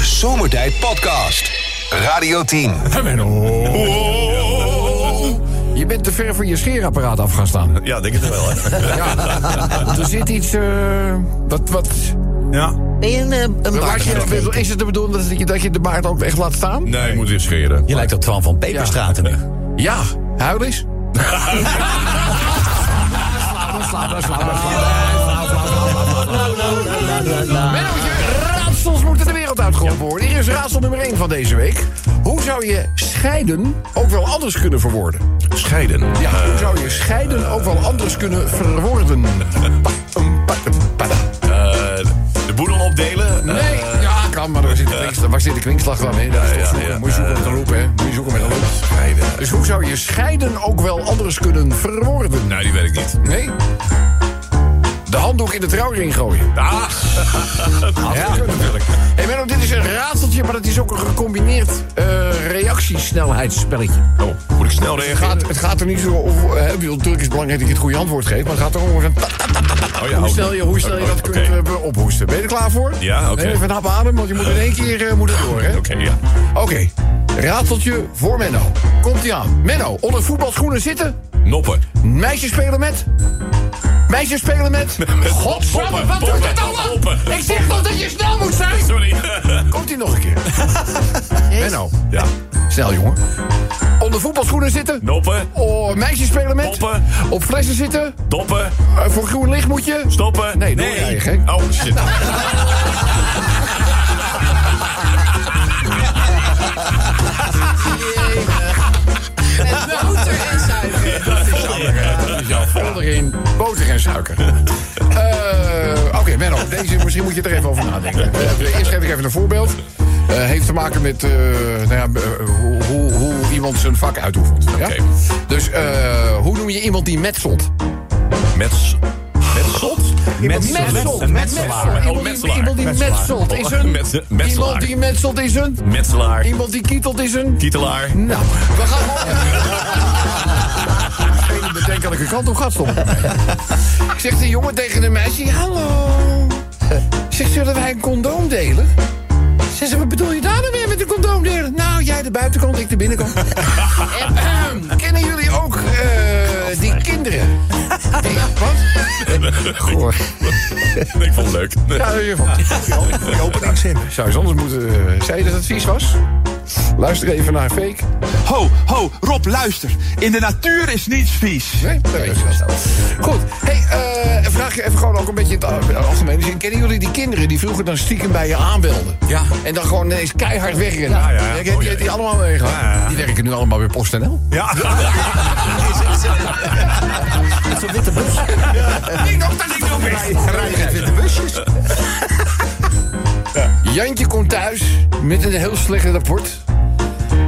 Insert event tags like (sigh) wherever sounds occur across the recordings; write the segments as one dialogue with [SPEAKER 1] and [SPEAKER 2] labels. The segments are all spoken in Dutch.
[SPEAKER 1] Zomertijd Podcast. Radio 10.
[SPEAKER 2] Je bent te ver voor je scheerapparaat af gaan staan.
[SPEAKER 3] Ja, denk het wel.
[SPEAKER 2] (laughs)
[SPEAKER 3] Hè.
[SPEAKER 2] Want Er zit iets. eh, wat. wat
[SPEAKER 3] Ja.
[SPEAKER 4] Ben je een, eh, een
[SPEAKER 2] maak je,
[SPEAKER 4] bakker?
[SPEAKER 2] bedoel- is het de bedoeling dat je, dat je de baard ook echt laat staan?
[SPEAKER 3] Nee, moet weer scheren.
[SPEAKER 5] Je lijkt op Twan van Peperstraten nu.
[SPEAKER 2] Ja, huil eens. Slaap, slaap, slaap, slaap,
[SPEAKER 5] Ah.
[SPEAKER 2] slaap. Mennootje, Raadsels moeten de wereld uitgeholpen worden. Hier is raadsel nummer 1 van deze week. Hoe zou je scheiden ook wel anders kunnen verwoorden?
[SPEAKER 3] Scheiden.
[SPEAKER 2] Ja, hoe zou je scheiden ook wel anders kunnen verwoorden?
[SPEAKER 3] Eh, de boedel opdelen. Eh,
[SPEAKER 2] Nee, ja, kan, maar waar zit de kwinkslag, waar zit de kwinkslag dan in? Dat is toch
[SPEAKER 3] ja,
[SPEAKER 2] zoeken.
[SPEAKER 3] ja,
[SPEAKER 2] Moet je zoeken
[SPEAKER 3] eh,
[SPEAKER 2] met een loop, hè? Moet je zoeken met een loop.
[SPEAKER 3] Scheiden.
[SPEAKER 2] Dus hoe zou je scheiden ook wel anders kunnen verwoorden?
[SPEAKER 3] Nee, die weet ik niet.
[SPEAKER 2] Nee? De handdoek in de trouwring gooien.
[SPEAKER 3] Ah,
[SPEAKER 2] Ja, natuurlijk. Hey Menno, dit is een raadseltje, maar het is ook een gecombineerd eh, reactiesnelheidsspelletje.
[SPEAKER 3] oh, moet ik snel reageren?
[SPEAKER 2] Gaat, het gaat er niet zo om... eh, ik bedoel, natuurlijk is het belangrijk dat je het goede antwoord geeft... maar het gaat erom over een ta- ta- ta- ta- ta-
[SPEAKER 3] Oh ja,
[SPEAKER 2] hoe
[SPEAKER 3] ook.
[SPEAKER 2] snel je, hoe snel je
[SPEAKER 3] Oh,
[SPEAKER 2] dat
[SPEAKER 3] oké.
[SPEAKER 2] kunt eh, be- ophoesten. Ben je er klaar voor?
[SPEAKER 3] Ja, oké.
[SPEAKER 2] Neem Even een hap adem, want je moet in één keer eh, moet het door, hè?
[SPEAKER 3] Oké, ja.
[SPEAKER 2] Oké, raadseltje voor Menno. Komt-ie aan. Menno, onder voetbalschoenen zitten...
[SPEAKER 3] Noppen.
[SPEAKER 2] Meisjes spelen met. Meisjes spelen (laughs) met. Godsamme, wat doet dat allemaal?
[SPEAKER 3] Poppen.
[SPEAKER 2] Ik zeg toch dat je snel moet zijn?
[SPEAKER 3] Sorry.
[SPEAKER 2] Komt ie nog een keer. Menno,
[SPEAKER 3] (laughs) ja.
[SPEAKER 2] snel jongen. Onder voetbalschoenen zitten.
[SPEAKER 3] Noppen.
[SPEAKER 2] Oh, meisjes spelen met.
[SPEAKER 3] Poppen.
[SPEAKER 2] Op flessen zitten.
[SPEAKER 3] Doppen.
[SPEAKER 2] Eh, voor groen licht moet je.
[SPEAKER 3] Stoppen.
[SPEAKER 2] Nee, nee. jij, gek.
[SPEAKER 3] Oh, shit.
[SPEAKER 4] Met boter en suiker.
[SPEAKER 2] Vol erin. Boter en suiker. (laughs) Eh, Oké, Menno, deze misschien moet je er even over nadenken. Eh, eerst geef ik even een voorbeeld. Eh, heeft te maken met eh, nou ja, eh, hoe, hoe, hoe iemand zijn vak uitoefent. Ja?
[SPEAKER 3] Oké.
[SPEAKER 2] Dus eh, hoe noem je iemand die metselt?
[SPEAKER 3] Met... Met zot?
[SPEAKER 2] Metselt.
[SPEAKER 3] Metselaar.
[SPEAKER 2] Iemand die- Iemand die metselt is een...
[SPEAKER 3] Metselaar.
[SPEAKER 2] Iemand die metselt is een...
[SPEAKER 3] Metselaar.
[SPEAKER 2] Iemand die kietelt is een...
[SPEAKER 3] Kietelaar.
[SPEAKER 2] Nou, we gaan gewoon. Geen bedenkelijke kant op gaat stoppen. Zegt de jongen tegen de meisje: Hallo. Zegt, zullen wij een condoom delen? Zegt ze, wat bedoel je daar dan weer met een condoom delen? Nou, jij de buitenkant, ik de binnenkant. Ehm, Kennen jullie ook eh, die kinderen? Die- Wat?
[SPEAKER 3] Ik vond het leuk.
[SPEAKER 2] Ja, je vond Die openingszin. Zou je anders moeten... eh, Zei je dat het vies was? Luister even naar Fake.
[SPEAKER 6] Ho, Oh, ho, Rob, luister. In de natuur is niets vies.
[SPEAKER 2] Nee, dat weet je wel. Goed. Hey, eh vraag je even gewoon ook een beetje in het al- algemene zin. Kennen jullie die kinderen die vroeger dan stiekem bij je aanbelden?
[SPEAKER 5] Ja.
[SPEAKER 2] En dan gewoon ineens keihard wegrennen?
[SPEAKER 3] Ja, ja.
[SPEAKER 2] Heb je- heb je die allemaal meegemaakt? Die werken nu allemaal bij PostNL.
[SPEAKER 3] Ja.
[SPEAKER 5] Zo'n witte bus.
[SPEAKER 2] Ding dong, dat ding dong, best. Jantje komt thuis met een heel slecht rapport.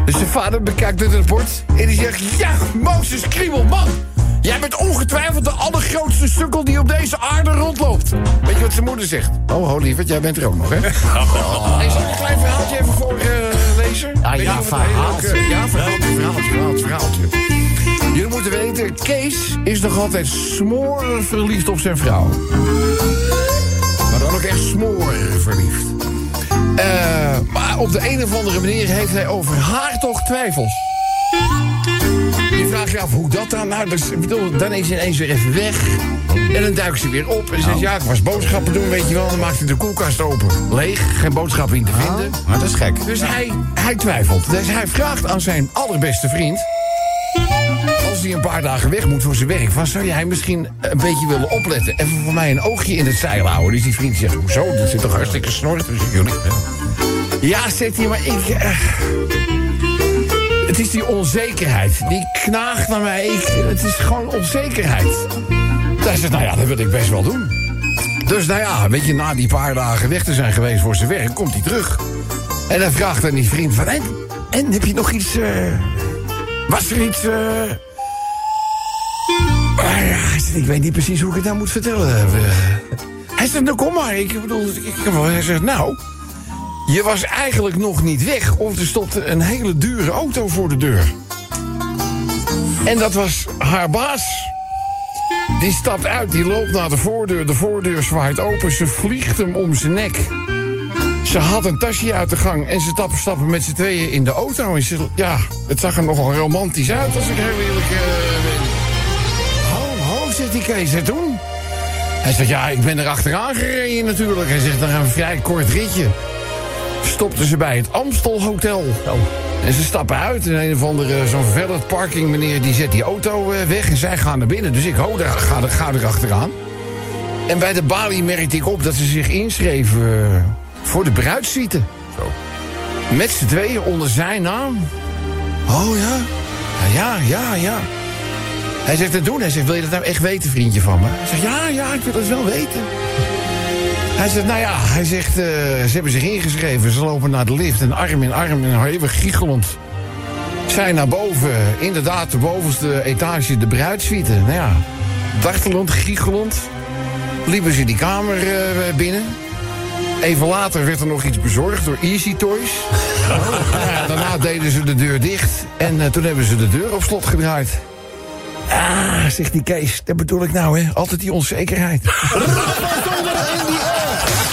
[SPEAKER 2] Dus zijn vader bekijkt het rapport en die zegt... Ja, Mozes Kriebel, man! Jij bent ongetwijfeld de allergrootste sukkel die op deze aarde rondloopt. Weet je wat zijn moeder zegt? Oh, ho, lieverd, jij bent er ook nog, hè? Hey, zal ik een klein verhaaltje even voor eh lezen?
[SPEAKER 5] Ah,
[SPEAKER 2] Weet
[SPEAKER 5] ja,
[SPEAKER 2] je wat een
[SPEAKER 5] verhaaltje.
[SPEAKER 2] hele leuke- Ja, verhaaltje, verhaaltje, verhaaltje, verhaaltje. Jullie moeten weten, Kees is nog altijd smoren verliefd op zijn vrouw. Maar dan ook echt smoren verliefd. Eh, maar op de een of andere manier heeft hij over haar toch twijfels. Je vraagt je af hoe dat dan. Nou, dus, ik bedoel, dan is ze ineens weer even weg. En dan duikt ze weer op en
[SPEAKER 5] Nou.
[SPEAKER 2] zegt: Ja, ik was boodschappen doen, weet je wel. Dan maakt hij de koelkast open. Leeg, geen boodschappen in te vinden.
[SPEAKER 5] Ah, Maar dat is gek.
[SPEAKER 2] Dus hij, hij twijfelt. Dus hij vraagt aan zijn allerbeste vriend. Als hij een paar dagen weg moet voor zijn werk, van zou jij misschien een beetje willen opletten? Even voor mij een oogje in het zeil houden. Dus die vriend zegt: Hoezo? Dat zit toch hartstikke snor tussen jullie? Ja, zegt hij, maar ik. eh, het is die onzekerheid. Die knaagt naar mij. Ik, het is gewoon onzekerheid. Hij zegt: Nou ja, dat wil ik best wel doen. Dus nou ja, weet je, na die paar dagen weg te zijn geweest voor zijn werk, komt hij terug. En dan vraagt aan die vriend van... En, en heb je nog iets... eh, was er iets... eh Ah ja, hij zegt, ik weet niet precies hoe ik het nou moet vertellen. Eh, Hij zegt, nou kom maar. Ik bedoel, ik, ik- hij zegt, nou... Je was eigenlijk nog niet weg... of er stopte een hele dure auto voor de deur. En dat was haar baas... Die stapt uit, die loopt naar de voordeur. De voordeur zwaait open, ze vliegt hem om zijn nek. Ze haalt een tasje uit de gang en ze tap- stappen met z'n tweeën in de auto. En ze, ja, het zag er nogal romantisch uit, als ik heel eerlijk eh, ben. Ho, ho, zegt die Kees, en toen? Hij zegt, ja, ik ben er achteraan gereden natuurlijk. Hij zegt, dan een vrij kort ritje. Stopten ze bij het Amstel Hotel. En ze stappen uit en een of andere eh, zo'n verder parking meneer... die zet die auto eh, weg en zij gaan naar binnen. Dus ik, ho, daar ga, daar ga er achteraan. En bij de balie merkte ik op dat ze zich inschreven eh, voor de bruidszieten. Met z'n tweeën onder zijn naam. Oh ja? Ja, ja, ja. ja. Hij zegt dat doen. Hij zegt, wil je dat nou echt weten, vriendje van me? Hij zegt, ja, ja, ik wil dat wel weten. Hij zegt, nou ja, hij zegt, eh, ze hebben zich ingeschreven. Ze lopen naar de lift en arm in arm en even giechelend. Zij naar boven, inderdaad, de bovenste etage, de bruidssuite. Nou ja, dartelend, giechelend liepen ze die kamer eh, binnen. Even later werd er nog iets bezorgd door Easy Toys. Nou ja, daarna deden ze de deur dicht en eh, toen hebben ze de deur op slot gedraaid. Ah, zegt die Kees, dat bedoel ik nou, hè? Altijd die onzekerheid.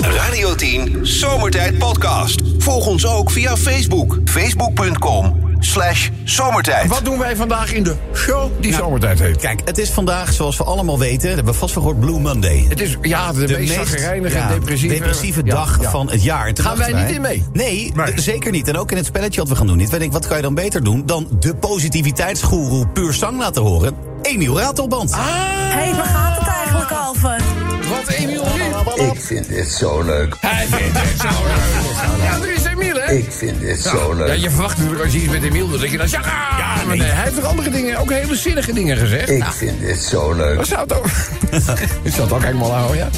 [SPEAKER 1] Radio 10 Zomertijd Podcast. Volg ons ook via Facebook. Facebook.com slash zomertijd.
[SPEAKER 2] (laughs) Wat doen wij vandaag in de show die zomertijd heeft?
[SPEAKER 5] Kijk, het is vandaag, zoals we allemaal weten, dat hebben we vast van gehoord, Blue Monday.
[SPEAKER 2] Het is ja, de, meest chagrijnige
[SPEAKER 5] ja,
[SPEAKER 2] en depressieve, Ja,
[SPEAKER 5] dag
[SPEAKER 2] ja.
[SPEAKER 5] van het jaar. En toen
[SPEAKER 2] Gaan wij
[SPEAKER 5] dachten
[SPEAKER 2] niet in
[SPEAKER 5] Nee, d- zeker niet. En ook in het spelletje wat we gaan doen. Dit weet ik, wat kan je dan beter doen dan de positiviteitsgoeroe puur zang laten horen? Emiel Ratelband.
[SPEAKER 2] Ah.
[SPEAKER 7] Hé, hey, waar gaat het eigenlijk over?
[SPEAKER 2] Wat Emiel Riet.
[SPEAKER 8] Ik vind dit zo leuk.
[SPEAKER 2] Hij vindt het zo leuk. Ja, er is Emiel, hè?
[SPEAKER 8] Ik vind dit zo
[SPEAKER 2] Ja,
[SPEAKER 8] leuk.
[SPEAKER 2] je verwacht natuurlijk als je iets met Emiel doet, dat je dan zegt... "Ah," maar nee, hij heeft toch andere dingen, ook hele zinnige dingen gezegd?
[SPEAKER 8] Ik vind dit zo leuk.
[SPEAKER 2] Waar zou het over... (laughs) Ik zou het ook helemaal houden, ja.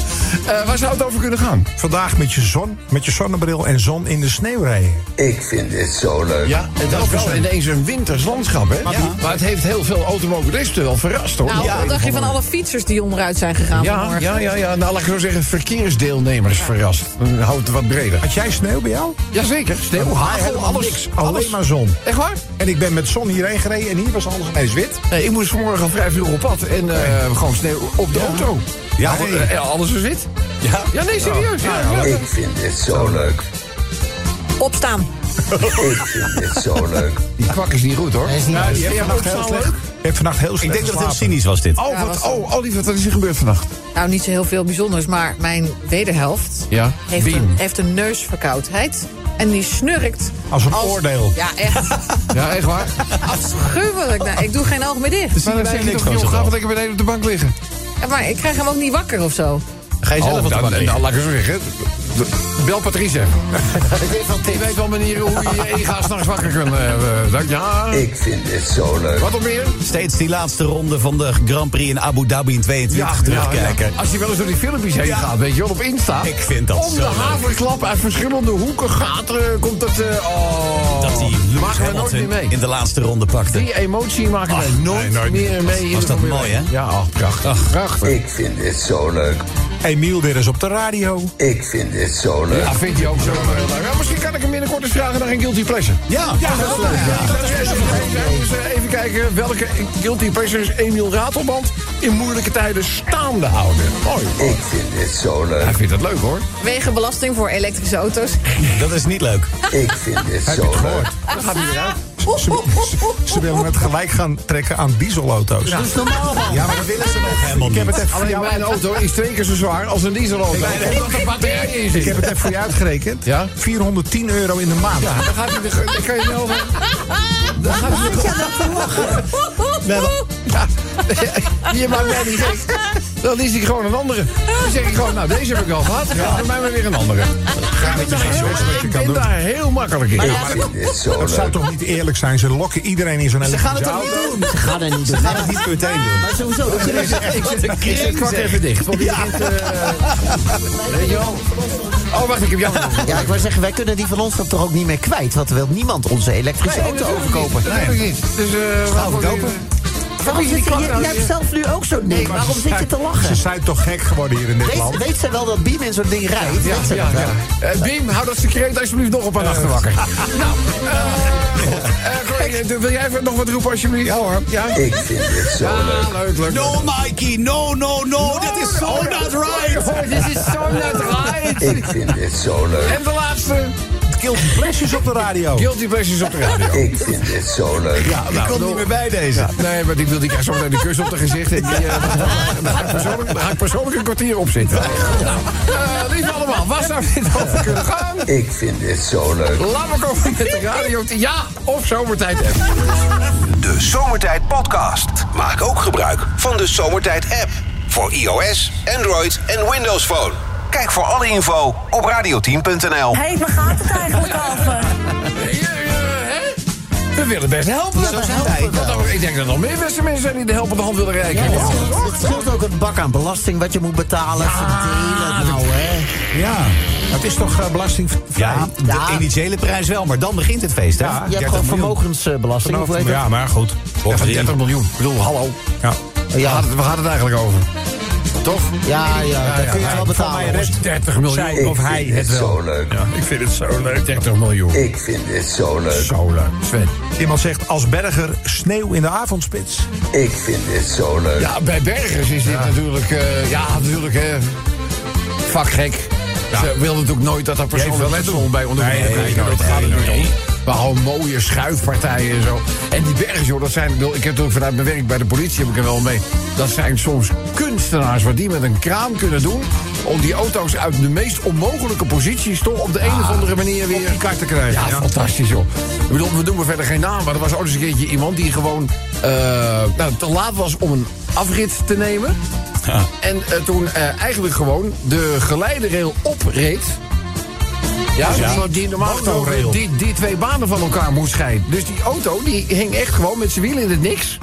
[SPEAKER 2] Eh, waar zou het over kunnen gaan?
[SPEAKER 9] Vandaag met je zon, met je zonnebril en zon in de sneeuw rijden.
[SPEAKER 8] Ik vind dit zo leuk.
[SPEAKER 2] Ja, het was wel ineens een winters landschap, hè? Maar het heeft heel veel automobilisten wel verrast, hoor.
[SPEAKER 4] Nou,
[SPEAKER 2] Ja.
[SPEAKER 4] wat dacht je van alle fietsers die onderuit zijn gegaan
[SPEAKER 2] Ja,
[SPEAKER 4] vanmorgen?
[SPEAKER 2] ja, ja, ja. Nou, laat ik zo zeggen, verkeersdeelnemers verrast. Dan houdt het wat breder.
[SPEAKER 9] Had jij sneeuw bij jou?
[SPEAKER 2] Ah, Jazeker, sneeuw, hagel,
[SPEAKER 9] helemaal
[SPEAKER 2] alles.
[SPEAKER 9] niks.
[SPEAKER 2] alles.
[SPEAKER 9] Alleen maar zon.
[SPEAKER 2] Echt waar?
[SPEAKER 9] En ik ben met zon hierheen gereden en hier was alles ineens wit.
[SPEAKER 2] Nee, ik moest vanmorgen al vrij vroeg op pad en eh, gewoon sneeuw op de auto.
[SPEAKER 5] Ja,
[SPEAKER 2] Al-
[SPEAKER 5] nee.
[SPEAKER 2] eh, alles was wit.
[SPEAKER 5] Ja.
[SPEAKER 2] Ja, nee, serieus. Ja, ja.
[SPEAKER 8] Ik vind dit zo leuk.
[SPEAKER 4] Opstaan.
[SPEAKER 8] Ik vind dit zo leuk.
[SPEAKER 2] Die kwak is niet goed, hoor.
[SPEAKER 9] is niet
[SPEAKER 2] Ja, die
[SPEAKER 9] je hebt
[SPEAKER 2] vind
[SPEAKER 9] vannacht
[SPEAKER 2] ik ook
[SPEAKER 9] heel
[SPEAKER 2] zo
[SPEAKER 9] slecht.
[SPEAKER 2] leuk.
[SPEAKER 9] Je hebt vannacht heel
[SPEAKER 5] Ik
[SPEAKER 9] slecht
[SPEAKER 5] denk dat het heel
[SPEAKER 9] geslapen.
[SPEAKER 5] cynisch was dit.
[SPEAKER 2] Oh, wat, oh, Olivier, wat is er gebeurd vannacht?
[SPEAKER 4] Nou, niet zo heel veel bijzonders, maar mijn wederhelft
[SPEAKER 2] Ja,
[SPEAKER 4] heeft,
[SPEAKER 2] Wien.
[SPEAKER 4] een, heeft een neusverkoudheid. En die snurkt.
[SPEAKER 9] Als een oordeel.
[SPEAKER 4] Ja,
[SPEAKER 2] (laughs)
[SPEAKER 4] echt.
[SPEAKER 2] Ja, echt waar.
[SPEAKER 4] afschuwelijk. Nou, ik doe geen oog meer dicht.
[SPEAKER 2] Maar dan zeg je
[SPEAKER 5] niks
[SPEAKER 2] toch,
[SPEAKER 5] van
[SPEAKER 2] joh,
[SPEAKER 5] zo'n
[SPEAKER 2] ga
[SPEAKER 5] bal.
[SPEAKER 2] wat lekker beneden op de bank liggen.
[SPEAKER 4] Maar ik krijg hem ook niet wakker of zo.
[SPEAKER 5] Ga je zelf
[SPEAKER 2] Oh,
[SPEAKER 5] wat
[SPEAKER 2] dan-
[SPEAKER 5] aan doen?
[SPEAKER 2] nou, laat ik het zo zeggen. D- Bel Patrice
[SPEAKER 5] (laughs)
[SPEAKER 2] even. ik weet wel, ik weet wel manieren hoe je je ega s'nachts wakker kunt. eh, eh, dank- ja,
[SPEAKER 8] Ik vind dit zo leuk.
[SPEAKER 2] wat nog meer?
[SPEAKER 5] Steeds die laatste ronde van de Grand Prix in Abu Dhabi in 22 terugkijken.
[SPEAKER 2] ja. Als je wel eens door die filmpjes heen
[SPEAKER 5] Ja.
[SPEAKER 2] gaat, weet je wel, op Insta.
[SPEAKER 5] Ik vind dat
[SPEAKER 2] Om
[SPEAKER 5] zo
[SPEAKER 2] de
[SPEAKER 5] leuk.
[SPEAKER 2] haverklap uit verschillende hoeken, gaten, komt het... eh, oh,
[SPEAKER 5] Dat die Lewis
[SPEAKER 2] maken we nooit
[SPEAKER 5] Hamilton
[SPEAKER 2] meer mee.
[SPEAKER 5] in de laatste ronde pakte.
[SPEAKER 2] Die emotie maken wij nooit,
[SPEAKER 9] nee, nooit
[SPEAKER 2] meer mee. in
[SPEAKER 5] Was
[SPEAKER 2] de
[SPEAKER 5] dat
[SPEAKER 2] Formule
[SPEAKER 5] mooi,
[SPEAKER 2] 1.
[SPEAKER 5] hè?
[SPEAKER 2] Ja, ach, prachtig. prachtig.
[SPEAKER 8] Ik vind dit zo leuk.
[SPEAKER 9] Emiel weer eens op de radio.
[SPEAKER 8] Ik vind dit zo leuk.
[SPEAKER 2] Ja, vindt hij ook zo heel leuk. Nou, misschien kan ik hem binnenkort eens vragen naar een Guilty Pleasure.
[SPEAKER 5] Ja,
[SPEAKER 2] dat is leuk. Even kijken welke Guilty Pleasures Emiel Ratelband in moeilijke tijden staande houden. Mooi.
[SPEAKER 8] Ik vind dit zo
[SPEAKER 2] Hij
[SPEAKER 8] leuk.
[SPEAKER 2] vindt dat leuk hoor.
[SPEAKER 4] Wegenbelasting voor elektrische
[SPEAKER 7] (laughs)
[SPEAKER 4] auto's.
[SPEAKER 5] dat is niet leuk.
[SPEAKER 8] Ik vind dit zo leuk.
[SPEAKER 2] Dan gaat hij eruit.
[SPEAKER 9] Ze, ze- ze willen het gelijk gaan trekken aan dieselauto's.
[SPEAKER 5] Dat is normaal, man. Ja, maar dat willen
[SPEAKER 9] Ah,
[SPEAKER 5] ze nog helemaal
[SPEAKER 9] Ik
[SPEAKER 5] niet.
[SPEAKER 9] heb het even voor
[SPEAKER 2] Alleen
[SPEAKER 9] jou,
[SPEAKER 2] mijn auto is twee keer zo zwaar als een dieselauto. Ik denk dat er batterij in
[SPEAKER 9] ik heb
[SPEAKER 2] zit.
[SPEAKER 9] het even voor je uitgerekend.
[SPEAKER 2] Ja?
[SPEAKER 9] 410 euro in de maand.
[SPEAKER 2] Dan gaat hij de- dan kan je wel van- Dan gaat hij (laughs) de- Je maakt mij niet gek. Dan is hij gewoon een andere. Dan zeg ik gewoon, nou deze heb ik al gehad. Ja. Voor mij maar weer een andere.
[SPEAKER 9] Dat is geen zorg wat je
[SPEAKER 2] Ik
[SPEAKER 9] kan
[SPEAKER 2] ben
[SPEAKER 9] doen.
[SPEAKER 2] daar heel makkelijk in.
[SPEAKER 8] Ik vind dit zo
[SPEAKER 9] Dat zou
[SPEAKER 8] leuk.
[SPEAKER 9] toch niet eerlijk zijn? Ze lokken iedereen in zo'n
[SPEAKER 5] Ze gaan het
[SPEAKER 9] elektrische
[SPEAKER 5] toch niet
[SPEAKER 9] auto.
[SPEAKER 5] doen? Ze
[SPEAKER 10] Ga dat niet doen.
[SPEAKER 5] gaan het niet meteen doen.
[SPEAKER 10] Maar sowieso, dat kunnen ze
[SPEAKER 2] Ik zet- ik zet kwart even dicht. Want ja. weet je wel. Oh, wacht, ik heb jou.
[SPEAKER 10] Ja, ik wou zeggen, wij kunnen die van ons dan toch ook niet meer kwijt. Want er wil niemand onze elektrische auto overkopen.
[SPEAKER 2] Nee, natuurlijk niet. Dus, eh, waarvoor-
[SPEAKER 5] verkopen.
[SPEAKER 10] Waarom
[SPEAKER 2] die
[SPEAKER 10] zit je,
[SPEAKER 2] klap nou
[SPEAKER 10] jij hebt
[SPEAKER 2] weer?
[SPEAKER 10] zelf nu ook zo'n ding.
[SPEAKER 9] Maar
[SPEAKER 10] Waarom
[SPEAKER 9] ze
[SPEAKER 10] zit je
[SPEAKER 9] zijn-
[SPEAKER 10] te
[SPEAKER 9] Ze
[SPEAKER 10] lachen?
[SPEAKER 9] zijn toch gek geworden hier in dit land?
[SPEAKER 10] Weet, weet ze wel dat Biem in zo'n ding rijdt? Weet ze dat wel?
[SPEAKER 2] Eh, Wim, hou dat secreet alsjeblieft nog op een nachten wakker. (laughs) nou, eh, eh, collega, wil jij even nog wat roepen alsjeblieft? Ja hoor. Ja,
[SPEAKER 8] Ik vind dit zo leuk.
[SPEAKER 2] Ah, leuk, Oh, leuk.
[SPEAKER 5] No, Mikey, no, no, no, dat is so not right.
[SPEAKER 2] Dit is zo net right. Oh.
[SPEAKER 8] Ik vind dit zo leuk.
[SPEAKER 2] En de laatste.
[SPEAKER 9] Guilty Pleasures op de radio. nou,
[SPEAKER 2] Guilty Pleasures op de radio.
[SPEAKER 8] Ik vind dit zo leuk.
[SPEAKER 5] Ik kom niet meer bij deze.
[SPEAKER 2] Nee, maar die wil die krijgt zo meteen de kus op de gezicht. En die, eh, daar, ga ik persoonlijk, daar ga ik persoonlijk een kwartier op zitten. Nou, eh, lieve allemaal, waar zou dit over kunnen gaan?
[SPEAKER 8] Ik vind dit zo leuk.
[SPEAKER 2] Laat me komen met de radio. Ja, of zomertijd app.
[SPEAKER 1] De Zomertijd Podcast. Maak ook gebruik van de Zomertijd app. Voor iOS, Android en Windows Phone. Kijk voor alle info op radioteam.nl.
[SPEAKER 7] Hé, hey, waar gaat het eigenlijk over?
[SPEAKER 2] Eh, eh, hè? We willen best helpen.
[SPEAKER 5] Zo zijn wij.
[SPEAKER 2] Want ook- ik denk dat er nog meer mensen mensen zijn die de helpende hand willen reiken.
[SPEAKER 10] Ja, dat scheelt- Het scheelt ook een bak aan belasting wat je moet betalen. Verdelen nou, hè.
[SPEAKER 9] Ja, het is toch eh, belastingvrij?
[SPEAKER 5] Ja, de
[SPEAKER 10] Ja.
[SPEAKER 5] initiële prijs wel, maar dan begint het feest, hè?
[SPEAKER 9] Ja.
[SPEAKER 10] Je
[SPEAKER 9] 30
[SPEAKER 10] hebt gewoon
[SPEAKER 9] miljoen.
[SPEAKER 10] vermogensbelasting. Of weet
[SPEAKER 9] Ja, maar goed.
[SPEAKER 2] Ja, van 30 miljoen. Ik bedoel, hallo.
[SPEAKER 9] Ja.
[SPEAKER 10] dat?
[SPEAKER 2] Waar
[SPEAKER 10] Ja,
[SPEAKER 2] gaat het, waar gaat het eigenlijk over? Toch?
[SPEAKER 10] ja, ja, dat kun je
[SPEAKER 2] ja,
[SPEAKER 10] wel betalen. hoor.
[SPEAKER 2] 30 miljoen.
[SPEAKER 9] Zij
[SPEAKER 8] Ik
[SPEAKER 9] of hij
[SPEAKER 8] vind
[SPEAKER 9] het
[SPEAKER 8] dit
[SPEAKER 9] wel.
[SPEAKER 8] zo leuk.
[SPEAKER 9] Ik vind het zo leuk.
[SPEAKER 2] 30 miljoen.
[SPEAKER 8] Ik vind dit zo leuk.
[SPEAKER 2] Zo leuk. Sven.
[SPEAKER 9] Iemand zegt als berger sneeuw in de avondspits.
[SPEAKER 8] Ik vind dit zo leuk.
[SPEAKER 2] Ja, bij Bergers is dit natuurlijk... eh, ja, natuurlijk, hè. Vakgek. Ze wilden natuurlijk nooit dat daar persoonlijk
[SPEAKER 9] wel
[SPEAKER 2] persoon bij ondernemers.
[SPEAKER 9] Nee, nee,
[SPEAKER 2] kijken.
[SPEAKER 9] nee,
[SPEAKER 2] dat
[SPEAKER 9] nee,
[SPEAKER 2] gaat er
[SPEAKER 9] nee,
[SPEAKER 2] niet
[SPEAKER 9] nee.
[SPEAKER 2] om. Maar gewoon mooie schuifpartijen en zo. En die bergers, joh, dat zijn... Ik bedoel, ik heb natuurlijk vanuit mijn werk bij de politie, heb ik er wel mee... Dat zijn soms kunstenaars wat die met een kraan kunnen doen... om die auto's uit de meest onmogelijke posities... toch op de een of andere manier weer...
[SPEAKER 9] Ah, die kaart te krijgen,
[SPEAKER 2] Ja,
[SPEAKER 9] ja.
[SPEAKER 2] fantastisch, joh. Ik bedoel, we noemen verder geen naam... maar er was ooit eens een keertje iemand die gewoon... eh, nou, te laat was om een afrit te nemen... En eh, toen eh, eigenlijk gewoon de geleiderrail opreed... Ja, zodat die normaal gesproken
[SPEAKER 9] Monorail.
[SPEAKER 2] die, die twee banen van elkaar moest scheiden. Dus die auto die hing echt gewoon met zijn wiel in het niks.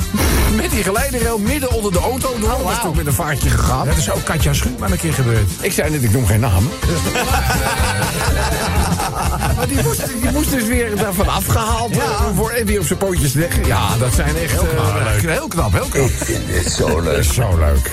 [SPEAKER 2] (laughs) met die geleiderrail midden onder de auto door. Dat is toch met een vaartje gegaan.
[SPEAKER 9] Dat is ook Katja Schuurman een keer gebeurd.
[SPEAKER 2] Ik zei net, ik noem geen (laughs) naam. maar die moest, die moest dus weer daarvan afgehaald worden om voor, en weer op zijn pootjes leggen. Ja, dat zijn echt heel knap, heel knap. Heel knap.
[SPEAKER 8] Ik vind dit
[SPEAKER 2] (laughs)
[SPEAKER 8] zo leuk.
[SPEAKER 2] Zo leuk.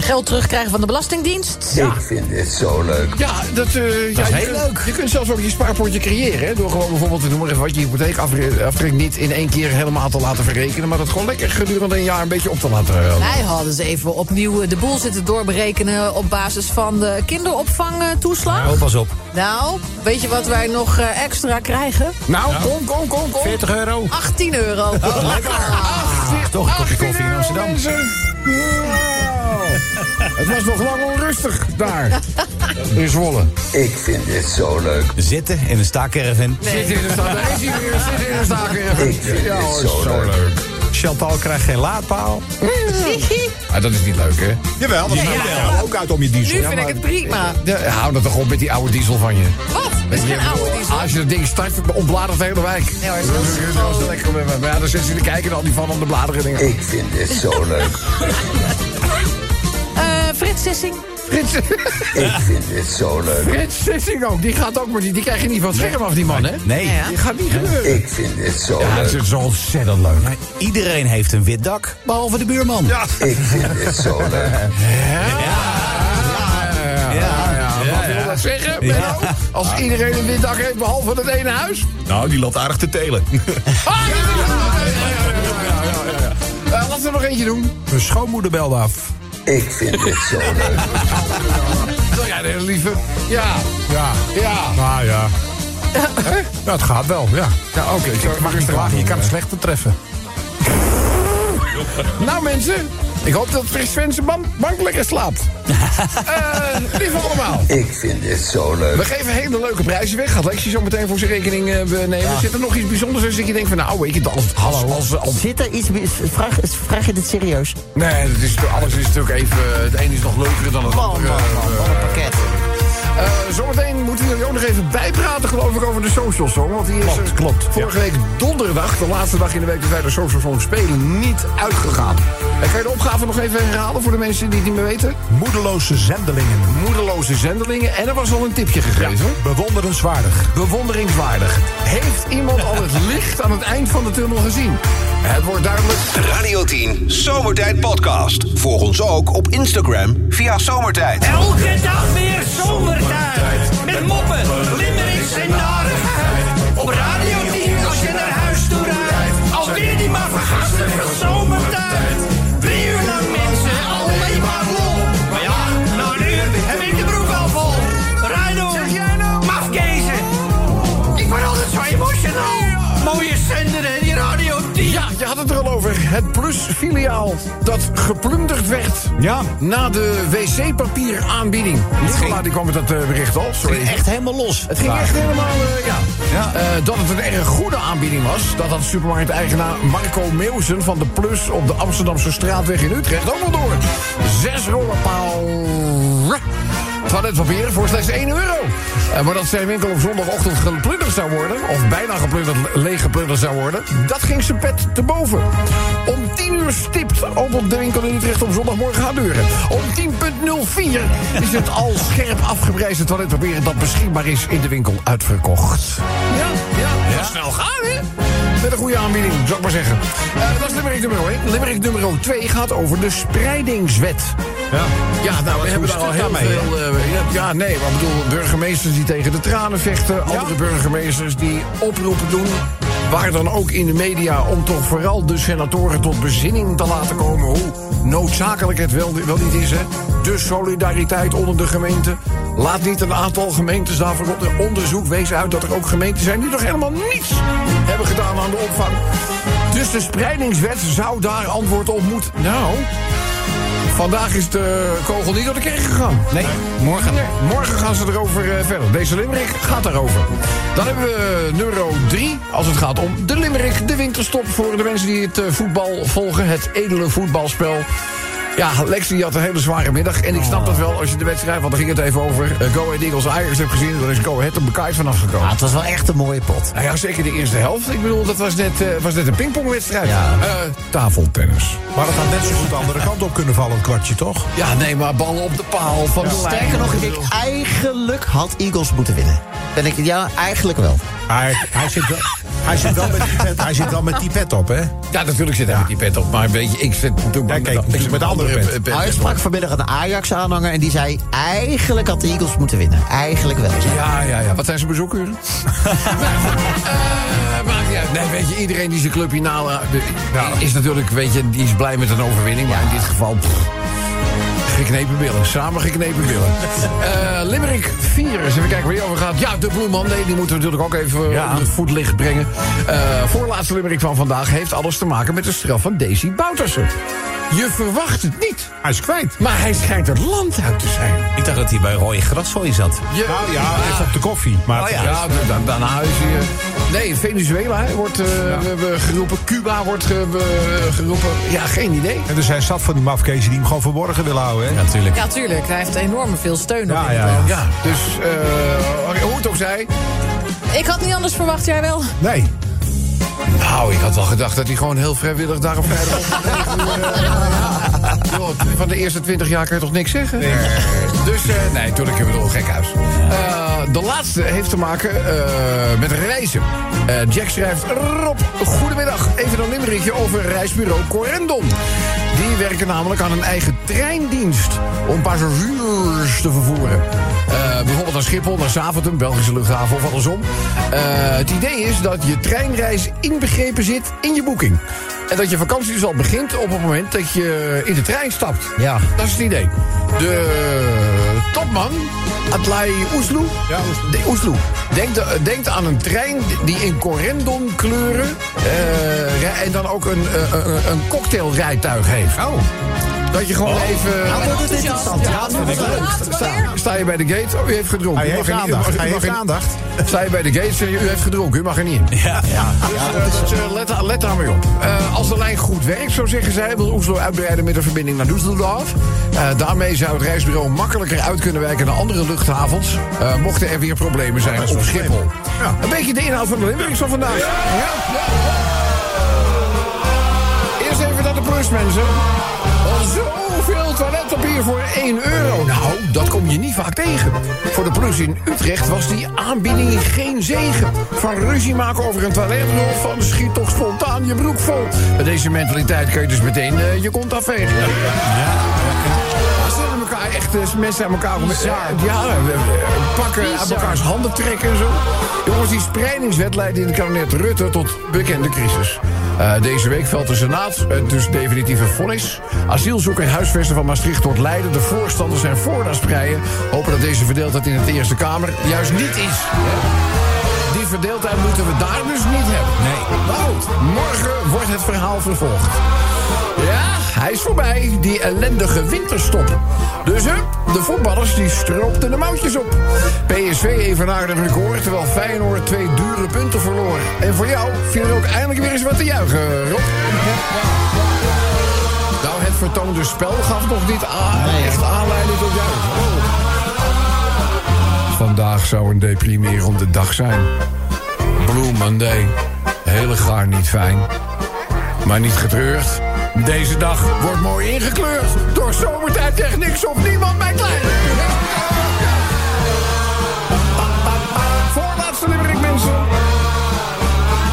[SPEAKER 4] Geld terugkrijgen van de Belastingdienst.
[SPEAKER 8] Ik vind dit zo leuk.
[SPEAKER 2] Ja, dat, eh, ja,
[SPEAKER 5] is
[SPEAKER 2] je
[SPEAKER 5] heel
[SPEAKER 2] kunt-
[SPEAKER 5] leuk.
[SPEAKER 2] Je kunt zelfs ook je spaarpotje creëren. Hè, door gewoon bijvoorbeeld, noem maar even wat, je hypotheekaftrek niet in één keer helemaal te laten verrekenen. Maar dat gewoon lekker gedurende een jaar een beetje op te laten. eh,
[SPEAKER 4] Wij hadden ze even opnieuw eh, de boel zitten doorberekenen op basis van de kinderopvangtoeslag.
[SPEAKER 5] Oh, pas op.
[SPEAKER 4] Nou, weet je wat wij nog eh, extra krijgen?
[SPEAKER 2] Nou, kom, kom, kom, kom.
[SPEAKER 9] 40 euro.
[SPEAKER 4] 18 euro.
[SPEAKER 2] Ah,
[SPEAKER 9] Toch een kopje
[SPEAKER 2] 18
[SPEAKER 9] koffie in
[SPEAKER 2] euro,
[SPEAKER 9] Amsterdam.
[SPEAKER 2] mensen. Wow. Het was nog lang onrustig daar. In Zwolle.
[SPEAKER 8] Ik vind dit zo leuk.
[SPEAKER 5] Zitten in een staakerven.
[SPEAKER 2] Zit in de stad. Daar is hij weer. Zit in (laughs) de staken.
[SPEAKER 8] Ik vind
[SPEAKER 2] Ja,
[SPEAKER 8] dit
[SPEAKER 2] hoor,
[SPEAKER 8] zo leuk.
[SPEAKER 9] Chantal krijgt geen laadpaal.
[SPEAKER 2] Ah, dat is niet leuk, hè?
[SPEAKER 9] Jawel, dat is nou ook uit om je diesel.
[SPEAKER 4] Nu vind ik het prima.
[SPEAKER 2] Ja, hou dat toch op met die oude diesel van je.
[SPEAKER 4] Wat? Dat is geen oude diesel.
[SPEAKER 2] Als je dat ding start, ontbladert de hele wijk.
[SPEAKER 4] Nee hoor, dat is heel
[SPEAKER 2] Dat is lekker. Maar ja, dan zitten ze te kijken naar al die van aan de bladeren dingen.
[SPEAKER 8] Ik vind dit zo leuk.
[SPEAKER 4] Eh, Frits Sissing.
[SPEAKER 2] Frits,
[SPEAKER 8] Ik vind dit zo leuk.
[SPEAKER 2] Frits Sissing ook. Die gaat ook maar die, die krijg je niet van het scherm af, die man, hè?
[SPEAKER 5] Nee,
[SPEAKER 4] Ja, ja.
[SPEAKER 2] Die gaat niet gebeuren.
[SPEAKER 8] Ik vind dit zo
[SPEAKER 2] Ja, het
[SPEAKER 8] leuk.
[SPEAKER 2] is zo ontzettend leuk.
[SPEAKER 5] maar iedereen heeft een wit dak, behalve de buurman. Ja,
[SPEAKER 8] Ik vind dit zo leuk.
[SPEAKER 2] Ja, ja, ja. Wat wil dat zeggen, Benno? Als iedereen een winddag heeft, behalve dat ene huis?
[SPEAKER 3] Nou, die loopt aardig te telen.
[SPEAKER 2] Ah, ja, ja, ja, ja, ja, ja, ja. Eh, Laten we er nog eentje doen.
[SPEAKER 9] Mijn schoonmoeder belde af.
[SPEAKER 8] Ik vind dit zo leuk.
[SPEAKER 2] Nou Ja, nee, lieve. Ja,
[SPEAKER 9] Ja.
[SPEAKER 2] ja.
[SPEAKER 9] Nou (laughs) ja. Ja, het gaat wel, ja.
[SPEAKER 2] Nou, oké. ik
[SPEAKER 9] Ik mag niet eh. klagen, je kan het slechter treffen.
[SPEAKER 2] (laughs) Nou mensen, ik hoop dat Frits Sven zijn ban- bank lekker
[SPEAKER 9] (laughs)
[SPEAKER 2] slaapt. Eh, lieve allemaal.
[SPEAKER 8] Ik vind dit zo leuk.
[SPEAKER 2] We geven hele leuke prijzen weg. Gaat Lexie zo meteen voor zijn rekening eh, nemen. Zit er nog iets bijzonders als dat je denkt van nou, ik het als, als, als, als-
[SPEAKER 10] Zit er iets... mis- Vraag, vraag je dit serieus?
[SPEAKER 2] Nee, dat is, alles is natuurlijk even... Het een is nog leuker dan het
[SPEAKER 10] Man, man,
[SPEAKER 2] andere.
[SPEAKER 10] man, wat een pakket.
[SPEAKER 2] Eh, zometeen moeten jullie ook nog even bijpraten, geloof ik, over de Social Song. Want die is
[SPEAKER 9] Klopt,
[SPEAKER 2] er
[SPEAKER 9] klopt,
[SPEAKER 2] vorige week donderdag, de laatste dag in de week dat wij de Social Song spelen, niet uitgegaan. En kan je de opgave nog even herhalen voor de mensen die het niet meer weten?
[SPEAKER 9] Moedeloze zendelingen.
[SPEAKER 2] Moedeloze zendelingen. En er was al een tipje gegeven.
[SPEAKER 9] Bewonderenswaardig.
[SPEAKER 2] Bewonderingswaardig. Heeft iemand al het licht aan het eind van de tunnel gezien? Het wordt duidelijk.
[SPEAKER 1] De Radio 10 Zomertijd Podcast. Volg ons ook op Instagram via Zomertijd.
[SPEAKER 11] Elke dag weer zomertijd. Met moppen, limmerings en narigheid. Op Radio 10 als je naar huis toe rijdt. Alweer die maar vergasten van zomertijd. Drie uur lang mensen, alleen maar lol. Maar ja, na een uur heb ik de broek al vol. Rino, zeg jij nou? Mafkezen. Ik word altijd zo emotional. Mooie zender hè, die Radio 10.
[SPEAKER 2] Ja, je had het er al over. Het Plus-filiaal dat geplunderd werd
[SPEAKER 9] Ja.
[SPEAKER 2] na de wc-papieraanbieding. Nicola die kwam met dat eh, bericht al. Sorry.
[SPEAKER 5] Echt helemaal los.
[SPEAKER 2] Het ging echt helemaal, eh, ja. Eh, dat het een erg goede aanbieding was. Dat had supermarkt-eigenaar Marco Meeuwsen van de Plus... op de Amsterdamse straatweg in Utrecht ook wel door. Zes rollen paal- toiletpapier voor slechts 1 euro. Eh, maar dat zijn winkel op zondagochtend geplunderd zou worden... of bijna geplunderd, leeggeplunderd zou worden... dat ging zijn pet te boven. Om 10 uur stipt opent de winkel in Utrecht op zondagmorgen gaat deuren. Om 10.04 is het al scherp afgeprijsde toiletpapier... dat beschikbaar is in de winkel uitverkocht. Ja, ja. ja. Snel gaan, hè? Met een goede aanbieding, zou ik maar zeggen. Eh, dat is limerick nummer 1. Limerick nummer 2 gaat over de spreidingswet.
[SPEAKER 9] Ja.
[SPEAKER 2] Ja, nou, we hebben daar al
[SPEAKER 9] het
[SPEAKER 2] heel
[SPEAKER 9] daarmee,
[SPEAKER 2] veel... eh, ja, ja, nee, maar ik bedoel, burgemeesters die tegen de tranen vechten... andere burgemeesters die oproepen doen... waar dan ook in de media om toch vooral de senatoren tot bezinning te laten komen... hoe noodzakelijk het wel, wel niet is, hè. De solidariteit onder de gemeente. Laat niet een aantal gemeentes daarvoor op. De onderzoek wees uit dat er ook gemeenten zijn... die nog helemaal niets hebben gedaan aan de opvang. Dus de spreidingswet zou daar antwoord op moeten... Nou... Vandaag is de kogel niet door de kerk gegaan.
[SPEAKER 5] Nee, morgen.
[SPEAKER 2] Nee, morgen gaan ze erover eh, verder. Deze limerick gaat daarover. Dan hebben we nummer 3 als het gaat om de limerick. De winterstop voor de mensen die het eh, voetbal volgen. Het edele voetbalspel. Ja, Lex die had een hele zware middag. En ik snap dat wel als je de wedstrijd, want daar ging het even over... eh, Go Ahead Eagles Ajax hebt gezien. Daar is Go Ahead een bekaart vanaf gekomen.
[SPEAKER 10] Ah, het was wel echt een mooie pot.
[SPEAKER 2] Nou ja, zeker de eerste helft. Ik bedoel, dat was net, eh, was net een pingpongwedstrijd.
[SPEAKER 10] Ja.
[SPEAKER 2] Eh, tafeltennis.
[SPEAKER 9] Maar dat had net zo goed de andere kant op kunnen vallen, een kwartje toch?
[SPEAKER 2] Ja, nee, maar ballen op de paal van de lijn.
[SPEAKER 10] Sterker nog, ik denk, eigenlijk had Eagles moeten winnen. Ben ik, ja, eigenlijk wel.
[SPEAKER 9] Hij, hij, zit, wel, hij, zit, wel met die pet, hij zit wel met die pet op, hè?
[SPEAKER 2] Ja, natuurlijk zit hij met die pet op. Maar weet je, ik zit toen
[SPEAKER 9] kijk, ik zit met
[SPEAKER 2] (laughs)
[SPEAKER 9] de andere pet.
[SPEAKER 10] Hij sprak vanmiddag een Ajax-aanhanger en die zei... eigenlijk had de Eagles moeten winnen. Eigenlijk wel.
[SPEAKER 2] Ja, ja, ja. Wat zijn zijn
[SPEAKER 9] (laughs)
[SPEAKER 2] bezoekuren? Eh, maakt niet uit. Nee, weet je, iedereen die zijn club hier na... eh, de- is natuurlijk, weet je, die is blij met een overwinning. Maar in dit geval... pff, geknepen billen. Samen geknepen
[SPEAKER 9] (laughs)
[SPEAKER 2] billen. Eh Limerick 4. Eens even kijken waar die over gaat. Ja, de Bloeman. Nee, die moeten we natuurlijk ook even eh,
[SPEAKER 9] Ja.
[SPEAKER 2] onder het voetlicht brengen. Eh voorlaatste Limerick van vandaag heeft alles te maken met de straf van Daisy Boutersen. Je verwacht het niet.
[SPEAKER 9] Hij is kwijt.
[SPEAKER 2] Maar hij schijnt het land uit te zijn.
[SPEAKER 5] Ik dacht dat hij bij rode graszooi zat.
[SPEAKER 2] Je-
[SPEAKER 9] Nou ja, even op de koffie. Maar
[SPEAKER 5] Oh ja.
[SPEAKER 2] Ja, da- da- daarna is hij... eh, Nee, Venezuela hè, wordt eh, we- we geroepen. Cuba wordt ge- we- geroepen. Ja, geen idee.
[SPEAKER 9] En er zijn zat van die mafkezen die hem gewoon verborgen willen houden, hè?
[SPEAKER 5] natuurlijk.
[SPEAKER 4] Ja, tuurlijk. Hij heeft enorm veel steun. op
[SPEAKER 9] Ja,
[SPEAKER 4] dit
[SPEAKER 9] ja,
[SPEAKER 4] moment.
[SPEAKER 2] Ja, dus eh, hoe het ook zij...
[SPEAKER 4] Ik had niet anders verwacht, jij wel.
[SPEAKER 9] Nee.
[SPEAKER 2] Nou, ik had wel gedacht dat hij gewoon heel vrijwillig daar op vrijdag... (laughs) Joh, Van de eerste 20 jaar kan je toch niks zeggen? Dus eh, nee, toen ik hem door gek huis. Eh, de laatste heeft te maken eh, met reizen. Eh, Jack schrijft: Rob, goedemiddag. Even een limmerikje over reisbureau Corendon. Die werken namelijk aan een eigen treindienst om passagiers te vervoeren. Eh, bijvoorbeeld naar Schiphol, naar Zaventem, Belgische luchthaven of andersom. Eh, het idee is dat je treinreis inbegrepen zit in je boeking. En dat je vakantie dus al begint op het moment dat je in de trein stapt.
[SPEAKER 10] Ja.
[SPEAKER 2] Dat is het idee. De topman, Atlai Oesloe,
[SPEAKER 9] Ja, Oesloe.
[SPEAKER 2] de- Oesloe denkt, eh, denkt aan een trein die in corendon kleuren... eh, rij- en dan ook een, eh, een, een cocktailrijtuig heeft. Oh. Dat je gewoon even...
[SPEAKER 10] Nou, wordt het interessant. Ja, het wordt leuk.
[SPEAKER 2] Sta, sta je bij de gate? Oh, u heeft gedronken.
[SPEAKER 9] Hij
[SPEAKER 2] U
[SPEAKER 9] heeft
[SPEAKER 2] mag- u mag- u
[SPEAKER 9] aandacht. Hij
[SPEAKER 2] mag
[SPEAKER 9] heeft
[SPEAKER 2] in-
[SPEAKER 9] aandacht.
[SPEAKER 2] Sta je bij de gate, zeg je, u heeft gedronken, u mag er niet in.
[SPEAKER 5] Ja, ja.
[SPEAKER 2] Eh, dus, eh, let, daar- let daar maar op. Eh, als de lijn goed werkt, zo zeggen zij, wil Oeslo uitbreiden met een verbinding naar Düsseldorf. Eh, daarmee zou het reisbureau makkelijker uit kunnen wijken naar andere luchthavens. eh, mochten er weer problemen zijn op Schiphol. Een beetje de inhoud van de Limburgs van vandaag. Ja. Ja. Eerst eens even naar de plus, mensen. Al zoveel toiletpapier voor 1 euro. Nou, dat kom je niet vaak tegen. Voor de plus in Utrecht was die aanbieding geen zegen. Van ruzie maken over een toiletrol van schiet toch spontaan je broek vol. Met deze mentaliteit kun je dus meteen eh, je kont afvegen. Ze aan elkaar echt eh, mensen aan elkaar om, eh, ja, eh, eh, pakken, aan elkaars handen trekken en zo. Jongens, die spreidingswet leidde in het kabinet Rutte tot bekende crisis. Eh, deze week velt de Senaat het dus definitieve vonnis. Asielzoekers en huisvesten van Maastricht tot Leiden. De voorstanders zijn voor dat spreiden. Hopen dat deze verdeeldheid in de Eerste Kamer juist niet is. hè. Die verdeeldheid moeten we daar dus niet hebben. Nee. Maar goed, morgen wordt het verhaal vervolgd. Ja, hij is voorbij, die ellendige winterstop. Dus hup, de voetballers die stroopten de mouwtjes op. PSV evenaarde een record, terwijl Feyenoord twee dure punten verloor. En voor jou viel er ook eindelijk weer eens wat te juichen, Rob. Nou, het vertoonde spel gaf nog niet aan, echt aanleiding tot juichen. Oh. Vandaag zou een deprimerende dag zijn. Blue Monday, hele gaar niet fijn. Maar niet getreurd. Deze dag wordt mooi ingekleurd door zomertijd technics of niemand bij klein. (laughs) Voorlaatste limmering, mensen.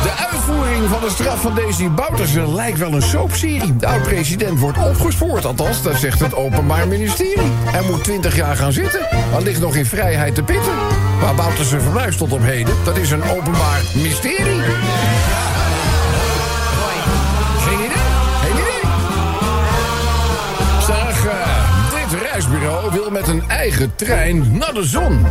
[SPEAKER 2] De uitvoering van de straf van Daisy Boutersen lijkt wel een soapserie. De oud-president wordt opgespoord, althans, dat zegt het Openbaar Ministerie. Hij moet 20 jaar gaan zitten, maar ligt nog in vrijheid te pitten. Waar Boutersen verblijft tot op heden, dat is een openbaar mysterie. Geen idee. Geen idee. Zeg, eh, dit reisbureau wil met een eigen trein naar de zon.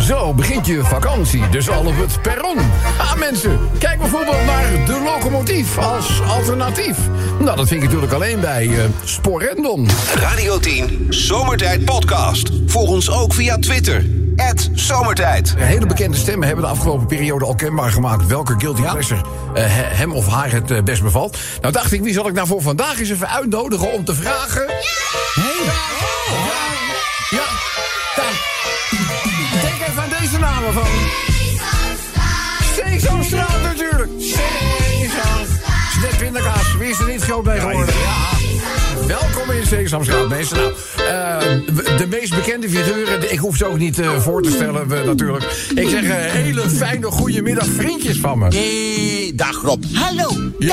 [SPEAKER 2] Zo begint je vakantie, dus al op het perron. Ah, mensen, kijk bijvoorbeeld naar de locomotief als alternatief. Nou, dat vind ik natuurlijk alleen bij eh, Sporendon.
[SPEAKER 1] Radio 10 Zomertijd Podcast. Volg ons ook via Twitter. Zomertijd.
[SPEAKER 2] Hele bekende stemmen hebben de afgelopen periode al kenbaar gemaakt welke guilty pleasure eh, he- hem of haar het eh, best bevalt. Nou dacht ik, wie zal ik nou voor vandaag eens even uitnodigen om te vragen? Hey. Ja. Ja. Denk even aan deze namen van. Sesamstraat natuurlijk. Sesamstraat. Snap pindakaas. Wie is er niet groot bij geworden? Ja. Welkom in Sesamstraat, mensen. Nou, eh, w- de meest bekende figuren, de- ik hoef ze ook niet eh, voor te stellen, we- natuurlijk. Ik zeg eh, hele fijne goede middag, vriendjes van me.
[SPEAKER 12] Hey, dag Rob. Hallo,
[SPEAKER 2] Ja,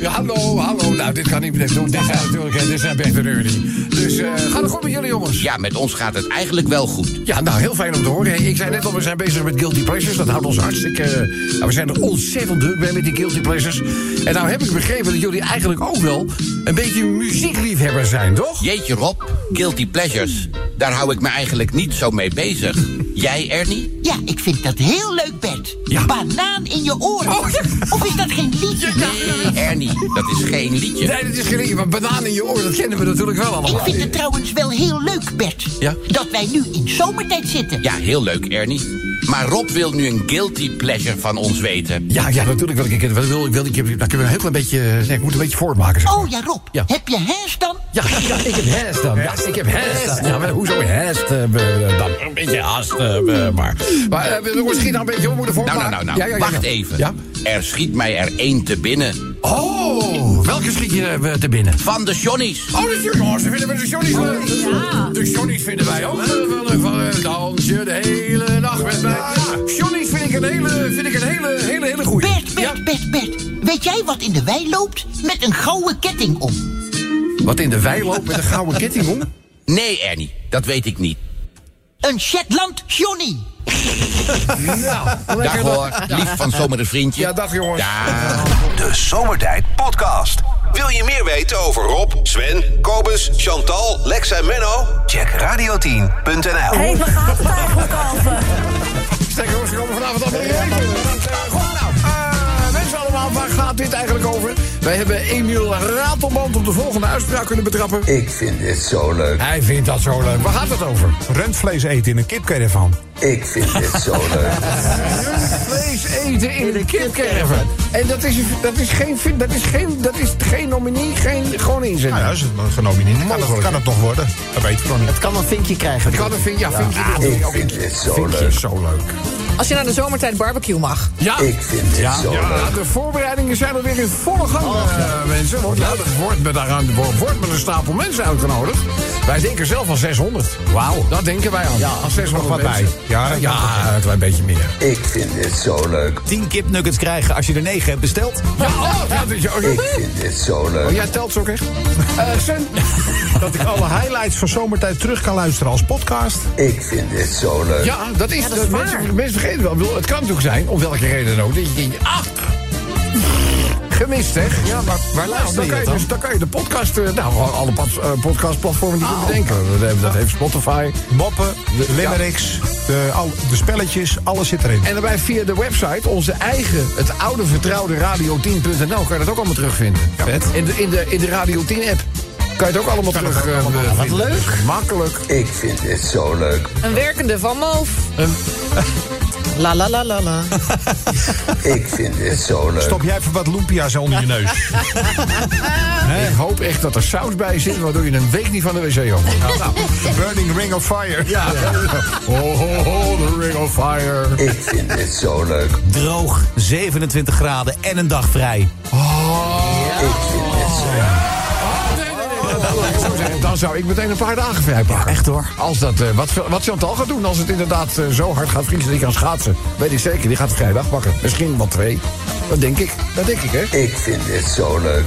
[SPEAKER 2] ja, hallo, hallo. Nou, dit kan niet meer doen. Dit zijn natuurlijk, eh, dit zijn Bert en Ernie. Dus eh, gaat het goed met jullie, jongens?
[SPEAKER 12] Ja, met ons gaat het eigenlijk wel goed.
[SPEAKER 2] Ja, nou, heel fijn om te horen. Hey, Ik zei net al, we zijn bezig met Guilty Pleasures. Dat houdt ons hartstikke... eh, nou, we zijn er ontzettend druk bij met die Guilty Pleasures. En nou heb ik begrepen dat jullie eigenlijk ook wel... een beetje muziekliefhebber zijn, toch?
[SPEAKER 12] Jeetje Rob, guilty pleasures. Daar hou ik me eigenlijk niet zo mee bezig. Jij, Ernie?
[SPEAKER 13] Ja, ik vind dat heel leuk, Bert. Banaan in je oren.
[SPEAKER 4] Oh,
[SPEAKER 13] Of is dat geen liedje?
[SPEAKER 12] Nee, Ernie, dat is geen liedje.
[SPEAKER 2] Nee, dat is geen liedje, maar banaan in je oor, dat kennen we natuurlijk wel allemaal.
[SPEAKER 13] Ik vind het trouwens wel heel leuk, Bert.
[SPEAKER 12] Ja?
[SPEAKER 13] Dat wij nu in zomertijd zitten.
[SPEAKER 12] Ja, heel leuk, Ernie. Maar Rob wil nu een guilty pleasure van ons weten.
[SPEAKER 2] Ja, ja, natuurlijk wil ik... Ik wil, ik wil, ik wil, ik heb- nou, ik heb een heel klein beetje... Nee, ik moet een beetje voortmaken, zeg maar.
[SPEAKER 13] Oh ja, Rob.
[SPEAKER 2] Ja.
[SPEAKER 13] Heb je hash dan?
[SPEAKER 2] Ja, (laughs) ja, ja, ik heb hest dan. Ja, ik heb hest. Ja, maar hoezo hest eh, eh, dan? Een beetje haast, eh, eh, maar... Maar eh, we- we schieten nou een beetje om moeten
[SPEAKER 12] Nou,
[SPEAKER 2] voortmaken.
[SPEAKER 12] nou, nou, nou.
[SPEAKER 2] Ja, ja, ja, ja.
[SPEAKER 12] wacht even.
[SPEAKER 2] Ja?
[SPEAKER 12] Er schiet mij er één te binnen.
[SPEAKER 2] Oh, welke schiet je eh, te binnen?
[SPEAKER 12] Van de Johnny's.
[SPEAKER 2] Oh, de Johnny's vinden we de Johnny's leuk. De Johnny's vinden wij ook heel wel leuk. Van, eh, dans je de hele nacht met mij. Johnny's vind ik een hele, vind ik een hele, hele, hele goeie.
[SPEAKER 13] Bert, Bert, Bert, Bert. Weet jij wat in de wei loopt? Met een gouden ketting om.
[SPEAKER 2] Wat in de wei loopt met een gouden ketting om?
[SPEAKER 12] Nee, Ernie, dat weet ik niet.
[SPEAKER 13] Een Shetland Johnny.
[SPEAKER 2] Nou,
[SPEAKER 12] Dag
[SPEAKER 2] lekker
[SPEAKER 12] hoor,
[SPEAKER 2] dan.
[SPEAKER 12] lief van zomer een vriendje.
[SPEAKER 2] Ja, dag jongens.
[SPEAKER 12] Dag.
[SPEAKER 1] De Zomertijd Podcast. Wil je meer weten over Rob, Sven, Kobus, Chantal, Lex en Menno? Check radio10.nl.
[SPEAKER 7] Hé, waar gaat het eigenlijk over?
[SPEAKER 2] Sterker jongens, we komen vanavond allemaal in de wijk. Goed nou, eh, mensen allemaal, waar gaat dit eigenlijk over? Wij hebben Emiel Ratelband op de volgende uitspraak kunnen betrappen.
[SPEAKER 8] Ik vind dit zo leuk.
[SPEAKER 2] Hij vindt dat zo leuk. Waar gaat het over?
[SPEAKER 9] Rundvlees eten in een kipcaravan.
[SPEAKER 8] Ik vind dit zo leuk.
[SPEAKER 2] Vlees eten in de kipkerven. En dat is, dat is geen, dat is geen, dat is geen nominie, geen, gewoon
[SPEAKER 9] Nou
[SPEAKER 2] inzending.
[SPEAKER 9] ja, is het genomineerd. Kan, het- kan het nog worden? Dat weet ik nog niet.
[SPEAKER 10] Het kan een vinkje krijgen.
[SPEAKER 2] Het kan een vind, ja, vind je dat
[SPEAKER 8] Ik vind dit zo leuk.
[SPEAKER 9] Zo leuk.
[SPEAKER 4] Als je naar de zomertijd barbecue mag.
[SPEAKER 2] Ja.
[SPEAKER 8] Ik vind het
[SPEAKER 2] ja.
[SPEAKER 8] zo
[SPEAKER 2] ja,
[SPEAKER 8] leuk.
[SPEAKER 2] de voorbereidingen zijn alweer in volle gang, eh, mensen. Wordt, leuk. wordt, met, daar aan- wordt met een stapel mensen uitgenodigd. Wij denken zelf al 600. Wauw. Dat denken wij al. Ja, als 600
[SPEAKER 9] nog wat bij.
[SPEAKER 2] mensen.
[SPEAKER 9] Ja,
[SPEAKER 2] ja, een klein beetje meer.
[SPEAKER 8] Ik vind dit zo leuk.
[SPEAKER 5] 10 kipnuggets krijgen als je er 9 hebt besteld.
[SPEAKER 2] Ja, oh, ja, dat is ook.
[SPEAKER 8] Ik vind dit zo
[SPEAKER 2] Oh,
[SPEAKER 8] leuk.
[SPEAKER 2] jij telt ze ook echt? (laughs) Eh, Sven?
[SPEAKER 9] (laughs) Dat ik alle highlights van zomertijd terug kan luisteren als podcast.
[SPEAKER 8] Ik vind dit zo leuk.
[SPEAKER 2] Ja, dat is,
[SPEAKER 4] Ja, dat is waar.
[SPEAKER 2] Mensen, mensen vergeten wel. Ik bedoel, Het kan natuurlijk zijn, om welke reden dan ook, dat je denkt, ach, gemist, hè? Ja, maar waar
[SPEAKER 5] luister
[SPEAKER 2] dan?
[SPEAKER 5] je
[SPEAKER 2] Kan
[SPEAKER 5] het
[SPEAKER 2] je,
[SPEAKER 5] dan?
[SPEAKER 2] dus, dan kan je de podcast, eh, nou, gewoon alle pod- eh, podcastplatformen die we bedenken. Dat, hebben- dat heeft Spotify.
[SPEAKER 9] Moppen,
[SPEAKER 2] De-
[SPEAKER 9] de, limericks, de, al, de spelletjes, alles zit erin.
[SPEAKER 2] En daarbij via de website, onze eigen, het oude vertrouwde radio10.nl, kan je dat ook allemaal terugvinden. Vet. In de, in de, in de Radio 10-app kan je het ook allemaal terug. eh, vinden.
[SPEAKER 10] leuk.
[SPEAKER 2] Dus Makkelijk.
[SPEAKER 8] Ik vind dit zo leuk.
[SPEAKER 4] Een werkende van Moof. (laughs) La la la la la.
[SPEAKER 8] Ik vind dit zo leuk.
[SPEAKER 9] Stop jij even wat lumpia's onder je neus.
[SPEAKER 2] Ik hoop echt dat er saus bij zit, waardoor je een week niet van de wc af.
[SPEAKER 9] Ja, nou, burning ring of fire. Ja.
[SPEAKER 2] Oh, ho, ho, the ring of fire.
[SPEAKER 8] Ik vind dit zo leuk.
[SPEAKER 5] Droog, 27 graden en een dag vrij.
[SPEAKER 8] Ik vind dit zo leuk.
[SPEAKER 2] Zo zeggen, Dan zou ik meteen een paar dagen vrij pakken.
[SPEAKER 5] Echt hoor.
[SPEAKER 2] Als dat, eh, wat, wat Chantal gaat doen als het inderdaad eh, zo hard gaat vriezen dat die kan schaatsen. Weet ik zeker, die gaat vrijdag pakken. Misschien wel twee. Dat denk ik. Dat denk ik, hè?
[SPEAKER 8] Ik vind dit zo leuk.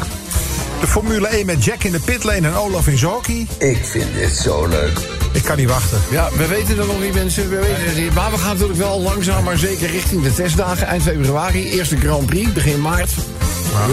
[SPEAKER 9] De Formule 1 met Jack in de pitlane en Olaf in Zorki.
[SPEAKER 8] Ik vind dit zo leuk.
[SPEAKER 9] Ik kan niet wachten.
[SPEAKER 2] Ja, we weten dat nog niet, mensen. We weten het niet. Maar we gaan natuurlijk wel langzaam, maar zeker richting de testdagen. Eind februari, eerste Grand Prix, begin maart.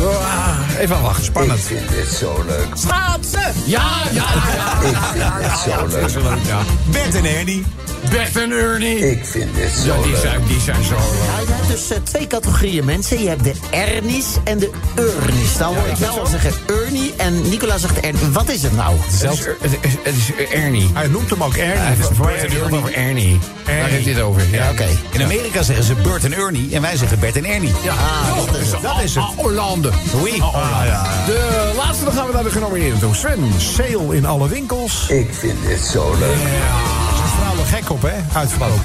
[SPEAKER 2] Ja, even aan wachten.
[SPEAKER 8] Ik
[SPEAKER 2] Spannend.
[SPEAKER 8] vind dit zo leuk.
[SPEAKER 4] Schaatsen!
[SPEAKER 2] Ja, ja, ja.
[SPEAKER 8] Ik vind dit zo leuk.
[SPEAKER 5] Bert en Ernie.
[SPEAKER 2] Bert en Ernie.
[SPEAKER 8] Ik vind dit
[SPEAKER 2] Ja,
[SPEAKER 8] zo
[SPEAKER 2] die
[SPEAKER 8] leuk.
[SPEAKER 2] zijn, die zijn zo leuk.
[SPEAKER 10] Ja, je hebt dus eh, twee categorieën mensen. Je hebt de Ernies en de Urnies. Nou hoor ik jou al zeggen Urnie en Nicola zegt Ernie. Wat is het nou?
[SPEAKER 2] Het is, het is- het is Ernie.
[SPEAKER 9] Hij noemt hem ook Ernie.
[SPEAKER 2] Hij heeft
[SPEAKER 9] Bert en
[SPEAKER 2] het
[SPEAKER 9] Ernie.
[SPEAKER 2] over Ernie. Daar heeft hij het over. Ja,
[SPEAKER 10] Oké.
[SPEAKER 5] In Amerika zeggen ze Bert en Ernie en wij zeggen Bert en Ernie.
[SPEAKER 2] Ja, dat is het. Dat is het. Hollande.
[SPEAKER 5] Oei.
[SPEAKER 9] oh,
[SPEAKER 2] De laatste, dan gaan we naar de genomineerden toe. Sven.
[SPEAKER 9] Sale in alle winkels.
[SPEAKER 8] Ik vind dit zo leuk.
[SPEAKER 9] Daar is vrouwen gek op, hè? Uitverkoop.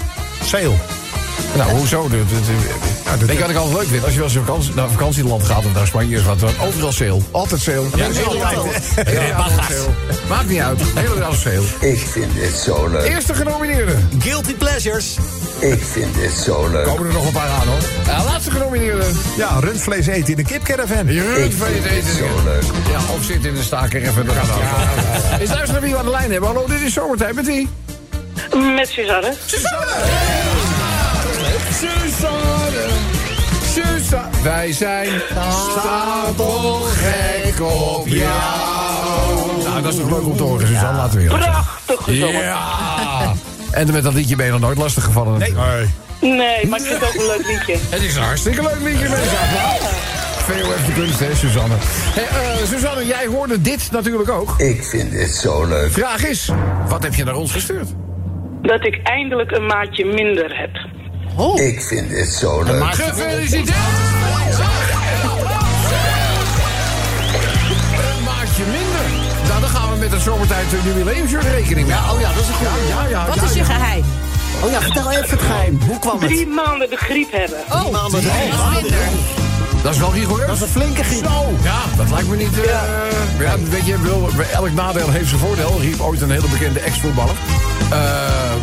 [SPEAKER 9] Sale.
[SPEAKER 2] Nou, hoezo? Dat- dat- dat- Weet je wat ik altijd leuk vind? Als je wel eens op vakantie, naar vakantieland gaat of naar Spanje, of wat, dan overal sale. Altijd sale. Ja, Maakt niet uit. Hele dag sale.
[SPEAKER 8] Ik vind dit zo leuk.
[SPEAKER 2] Eerste genomineerde.
[SPEAKER 5] Guilty pleasures.
[SPEAKER 8] Ik vind dit zo leuk.
[SPEAKER 2] Komen er nog een paar aan, hoor. Ja, laatste genomineerde.
[SPEAKER 9] Ja, rundvlees eten in de kipcaravan.
[SPEAKER 8] Ik
[SPEAKER 2] Jeroen van
[SPEAKER 8] vind
[SPEAKER 2] het
[SPEAKER 8] dit
[SPEAKER 2] eten.
[SPEAKER 8] zo leuk.
[SPEAKER 2] Ja, of zit in de staker even. Dat gaat ook. Eens luisteren wie we aan de lijn hebben. Hallo, dit is zomertijd met wie?
[SPEAKER 14] Met Suzanne.
[SPEAKER 2] Suzanne. Suzanne. Wij zijn stapelgek op jou. Nou, dat is toch leuk om te horen, Suzanne. Laten we weer.
[SPEAKER 14] Prachtig gezongen.
[SPEAKER 2] Ja. En met dat liedje ben je nog nooit lastig gevallen. Nee.
[SPEAKER 14] Nee, maar ik vind het ook een leuk liedje.
[SPEAKER 2] Het is een hartstikke leuk liedje, mensen. Veel heeft de kunst, hè, Suzanne. Hey, eh, Suzanne, jij hoorde dit natuurlijk ook.
[SPEAKER 8] Ik vind dit zo leuk.
[SPEAKER 2] Vraag is, wat heb je naar ons gestuurd?
[SPEAKER 14] Dat ik eindelijk een maatje minder heb.
[SPEAKER 8] Ik vind dit zo
[SPEAKER 2] Eh,
[SPEAKER 8] leuk.
[SPEAKER 2] Gefeliciteerd! Een maatje minder. Nou, dan gaan we met het zomertijd eh, jubileumshirt rekening mee. Ja, oh ja, dat is een goede. Ja, ja, ja,
[SPEAKER 4] Wat is je geheim?
[SPEAKER 10] Oh ja, vertel even het geheim. Hoe kwam het?
[SPEAKER 14] Drie maanden de griep hebben.
[SPEAKER 4] Oh,
[SPEAKER 10] maanden
[SPEAKER 4] dat
[SPEAKER 10] erin.
[SPEAKER 4] is minder.
[SPEAKER 2] Dat is wel rigoureus.
[SPEAKER 10] Dat is een flinke griep.
[SPEAKER 2] Zo, ja, dat lijkt me niet... eh, ja, weet je, wil, elk nadeel heeft zijn voordeel. Riep ooit een hele bekende ex-voetballer. Eh,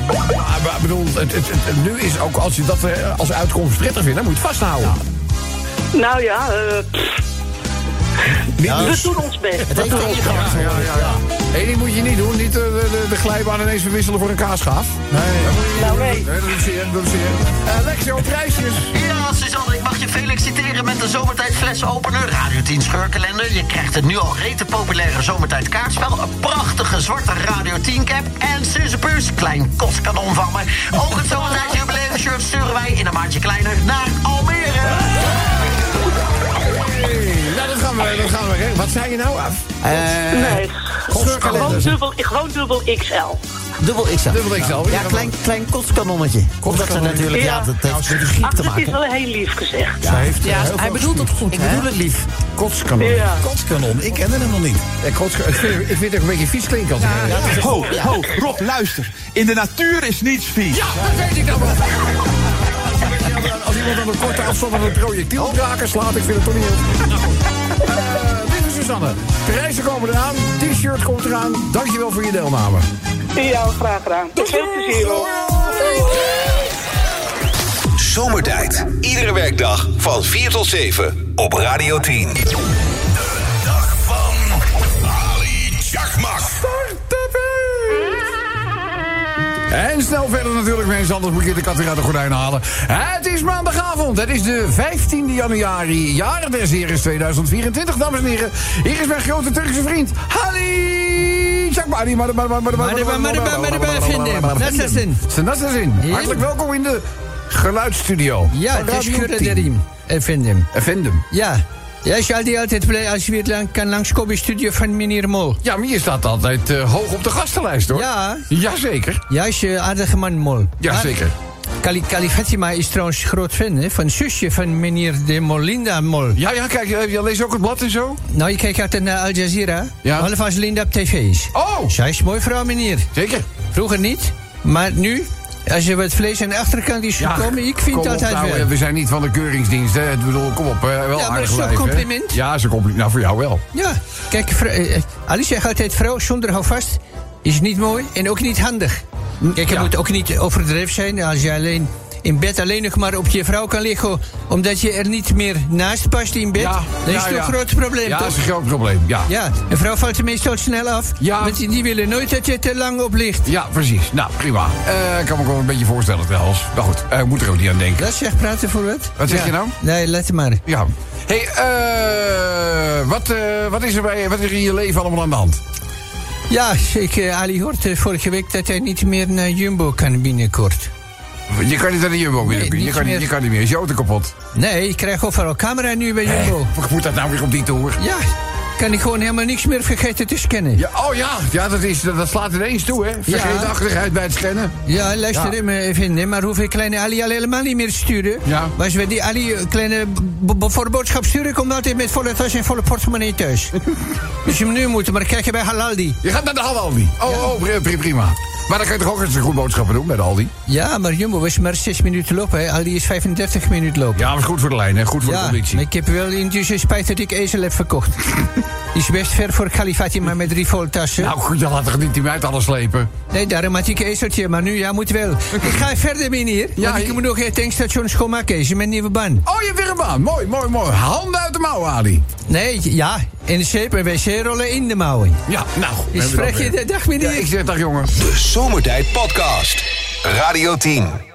[SPEAKER 2] maar maar ik bedoel, het, het, het- nu is ook, als je dat eh, als uitkomst prettig vindt, dan moet je het vasthouden.
[SPEAKER 14] Nou ja, eh, pff,
[SPEAKER 10] Nou,
[SPEAKER 14] we
[SPEAKER 10] dus-
[SPEAKER 14] doen ons best.
[SPEAKER 10] Het heeft geen
[SPEAKER 2] Ja, ja, ja. Eén ding moet je niet doen, niet eh, de, de, de glijbaan ineens verwisselen voor een kaasschaaf. Nee, dat moet je niet
[SPEAKER 14] Nou,
[SPEAKER 2] doen.
[SPEAKER 14] nee.
[SPEAKER 2] dat is zeer, dat is zeer. Eh, Lexio, prijsjes.
[SPEAKER 13] Ja, Suzanne, ik mag je feliciteren met de zomertijd flesopener. Radio 10 scheurkalender. Je krijgt het nu al rete populaire zomertijd kaartspel. Een prachtige zwarte Radio 10 cap. En Suzepuus, klein kostkanon van me. Ook het zomertijd jubileum shirt sturen wij in een maandje kleiner naar Almere.
[SPEAKER 2] Hey, nou, dat gaan we, dat gaan we. hè. Wat zei je nou af?
[SPEAKER 14] Nee, gewoon
[SPEAKER 10] Scheurkalender.
[SPEAKER 14] dubbel, gewoon dubbel XL.
[SPEAKER 10] Dubbel XL.
[SPEAKER 2] Dubbel XL,
[SPEAKER 10] Ja,
[SPEAKER 2] ja.
[SPEAKER 10] klein, klein kostkannonnetje. Omdat ze natuurlijk, ja,
[SPEAKER 14] Ja.
[SPEAKER 10] dat heeft met de griep
[SPEAKER 14] Ach,
[SPEAKER 10] te
[SPEAKER 14] dat is
[SPEAKER 10] maken.
[SPEAKER 14] wel heel lief gezegd.
[SPEAKER 9] Ze heeft
[SPEAKER 4] Ja, hij bedoelt het goed,
[SPEAKER 10] Ik bedoel
[SPEAKER 4] hè?
[SPEAKER 10] het lief.
[SPEAKER 2] Kotskanon.
[SPEAKER 14] Ja.
[SPEAKER 5] Kotskanon, ik kende hem nog niet.
[SPEAKER 2] Eh, kotska- ik, vind, ik vind het ook een beetje vies klinken. als ik-
[SPEAKER 6] Ho, ho, Rob, luister. In de natuur is niets vies.
[SPEAKER 2] Ja, dat weet ik nou wel. iemand, aan- als iemand aan een korte afstand van een projectiel raken slaat, ik vind het toch niet heel. Nou goed. Eh, dit is Susanne. Prijzen komen eraan, t-shirt komt eraan. Dankjewel voor je deelname.
[SPEAKER 15] Ja, graag gedaan. Veel plezier hoor.
[SPEAKER 1] Zomertijd. Iedere werkdag van 4 tot 7 op Radio 10.
[SPEAKER 2] En snel verder natuurlijk, mensen, anders moet je de kat weer uit de gordijn halen. Het is maandagavond, het is de 15e januari, jaren des heren is 2024, dames en heren. Hier is mijn grote Turkse vriend, Hali Chakbari.
[SPEAKER 9] Nassasin.
[SPEAKER 2] Nassasin. Hartelijk welkom in de geluidsstudio.
[SPEAKER 9] Ja,
[SPEAKER 2] Van Radio
[SPEAKER 9] teşekkür
[SPEAKER 2] 10.
[SPEAKER 9] ederim efendim.
[SPEAKER 2] Efendim?
[SPEAKER 9] Ja. Jij zal die altijd blij als je weer lang kan langskomen studio van meneer Mol.
[SPEAKER 2] Ja, maar je staat altijd eh, hoog op de gastenlijst, hoor.
[SPEAKER 9] Ja.
[SPEAKER 2] Jazeker.
[SPEAKER 9] Juist, eh, aardige man Mol.
[SPEAKER 2] Ja,
[SPEAKER 9] Maar-
[SPEAKER 2] zeker.
[SPEAKER 9] Kali, Kali Fatima is trouwens groot fan hè, van zusje van meneer de Molinda Mol.
[SPEAKER 2] Ja, ja, kijk, eh, je leest ook het blad en zo?
[SPEAKER 9] Nou, je kijkt altijd naar Al Jazeera.
[SPEAKER 2] Ja.
[SPEAKER 9] Half als Linda op tv is.
[SPEAKER 2] Oh!
[SPEAKER 9] Zij is een mooi vrouw, meneer.
[SPEAKER 2] Zeker.
[SPEAKER 9] Vroeger niet, maar nu, als er wat vlees aan de achterkant is gekomen, ik vind
[SPEAKER 2] kom
[SPEAKER 9] dat
[SPEAKER 2] op,
[SPEAKER 9] altijd
[SPEAKER 2] nou,
[SPEAKER 9] wel.
[SPEAKER 2] eh, We zijn niet van de keuringsdienst, hè. Ik bedoel, kom op, eh, wel
[SPEAKER 9] Ja, maar
[SPEAKER 2] aardig
[SPEAKER 9] is dat
[SPEAKER 2] wijf, hè.
[SPEAKER 9] compliment?
[SPEAKER 2] Ja, is een compliment. Nou, voor jou wel.
[SPEAKER 9] Ja, kijk, vrou- eh, eh, Alice zegt altijd: vrouw zonder houvast is niet mooi en ook niet handig.
[SPEAKER 2] Hm,
[SPEAKER 9] Kijk, je moet ook niet overdreven zijn als je alleen in bed alleen nog maar op je vrouw kan liggen, omdat je er niet meer naast past in bed. dat is
[SPEAKER 2] Ja,
[SPEAKER 9] toch
[SPEAKER 2] ja.
[SPEAKER 9] een groot probleem,
[SPEAKER 2] Ja,
[SPEAKER 9] toch?
[SPEAKER 2] is een groot probleem, ja.
[SPEAKER 9] Ja, een vrouw valt er meestal snel af. Want die- die willen nooit dat je te lang op ligt.
[SPEAKER 2] Ja, precies. Nou, prima. Eh, Ik kan me ook wel een beetje voorstellen trouwens. Maar goed, eh, ik moet er ook niet aan denken.
[SPEAKER 9] Dat zegt praten voor wat?
[SPEAKER 2] Wat zeg
[SPEAKER 9] Ja.
[SPEAKER 2] je nou?
[SPEAKER 9] Nee, let maar.
[SPEAKER 2] Ja. hey, eh, wat, eh, wat, is er bij, wat is er in je leven allemaal aan de hand?
[SPEAKER 9] Ja, ik, eh, Ali hoort eh, vorige week dat hij niet meer naar Jumbo kan binnenkort.
[SPEAKER 2] Je kan niet naar de Jumbo binnen. je,
[SPEAKER 9] niet
[SPEAKER 2] kan niet,
[SPEAKER 9] meer.
[SPEAKER 2] je kan niet meer. Is je auto kapot?
[SPEAKER 9] Nee, ik krijg overal camera nu bij Jumbo.
[SPEAKER 2] Wat moet dat nou weer op die toer?
[SPEAKER 9] Ja, kan ik gewoon helemaal niks meer vergeten te scannen. Ja,
[SPEAKER 2] Oh ja, ja dat, is, dat, dat slaat ineens toe, hè? Vergeetachtigheid bij het scannen.
[SPEAKER 9] ja luister hem even, hè, maar hoeveel kleine Ali al helemaal niet meer te sturen. Ja. Maar als we die Ali eh, kleine b- b- voor de boodschap sturen, komt altijd met volle tas en volle portemonnee thuis. dus je hem nu moet maar kijken bij Halaldi.
[SPEAKER 2] Je gaat naar de Halaldi. Oh, oh pri- pri- prima. Maar dan kan je toch ook eens een goed boodschappen doen bij de Aldi?
[SPEAKER 9] Ja, maar Jumbo was maar 6 minuten lopen, hè. Aldi is 35 minuten lopen.
[SPEAKER 2] Ja, maar goed voor de lijn, hè? Goed voor de
[SPEAKER 9] Ja,
[SPEAKER 2] conditie.
[SPEAKER 9] maar ik heb wel intussen spijt dat ik ezel heb verkocht. is best ver voor Kalifati, maar met drie volle tassen.
[SPEAKER 2] Nou goed, dan laat toch niet die meid alles slepen?
[SPEAKER 9] Nee, daarom had ik een ezeltje, maar nu, ja, moet wel. Ik ga verder, meneer. (laughs) Ja, want ik moet nog het tankstation schoonmaken. Is mijn nieuwe baan.
[SPEAKER 2] Oh, je hebt weer een baan. Mooi, mooi, mooi. Handen uit de mouwen, Ali.
[SPEAKER 9] Nee, ja, in de zeep en wc-rollen in de mouwen.
[SPEAKER 2] Ja, nou. hebben
[SPEAKER 9] Is
[SPEAKER 2] we
[SPEAKER 9] vrek
[SPEAKER 2] dat
[SPEAKER 9] je
[SPEAKER 2] weer.
[SPEAKER 9] de dag, meneer?
[SPEAKER 2] Ja, ik zeg dag, jongen.
[SPEAKER 1] De Zomertijd Podcast. Radio 10.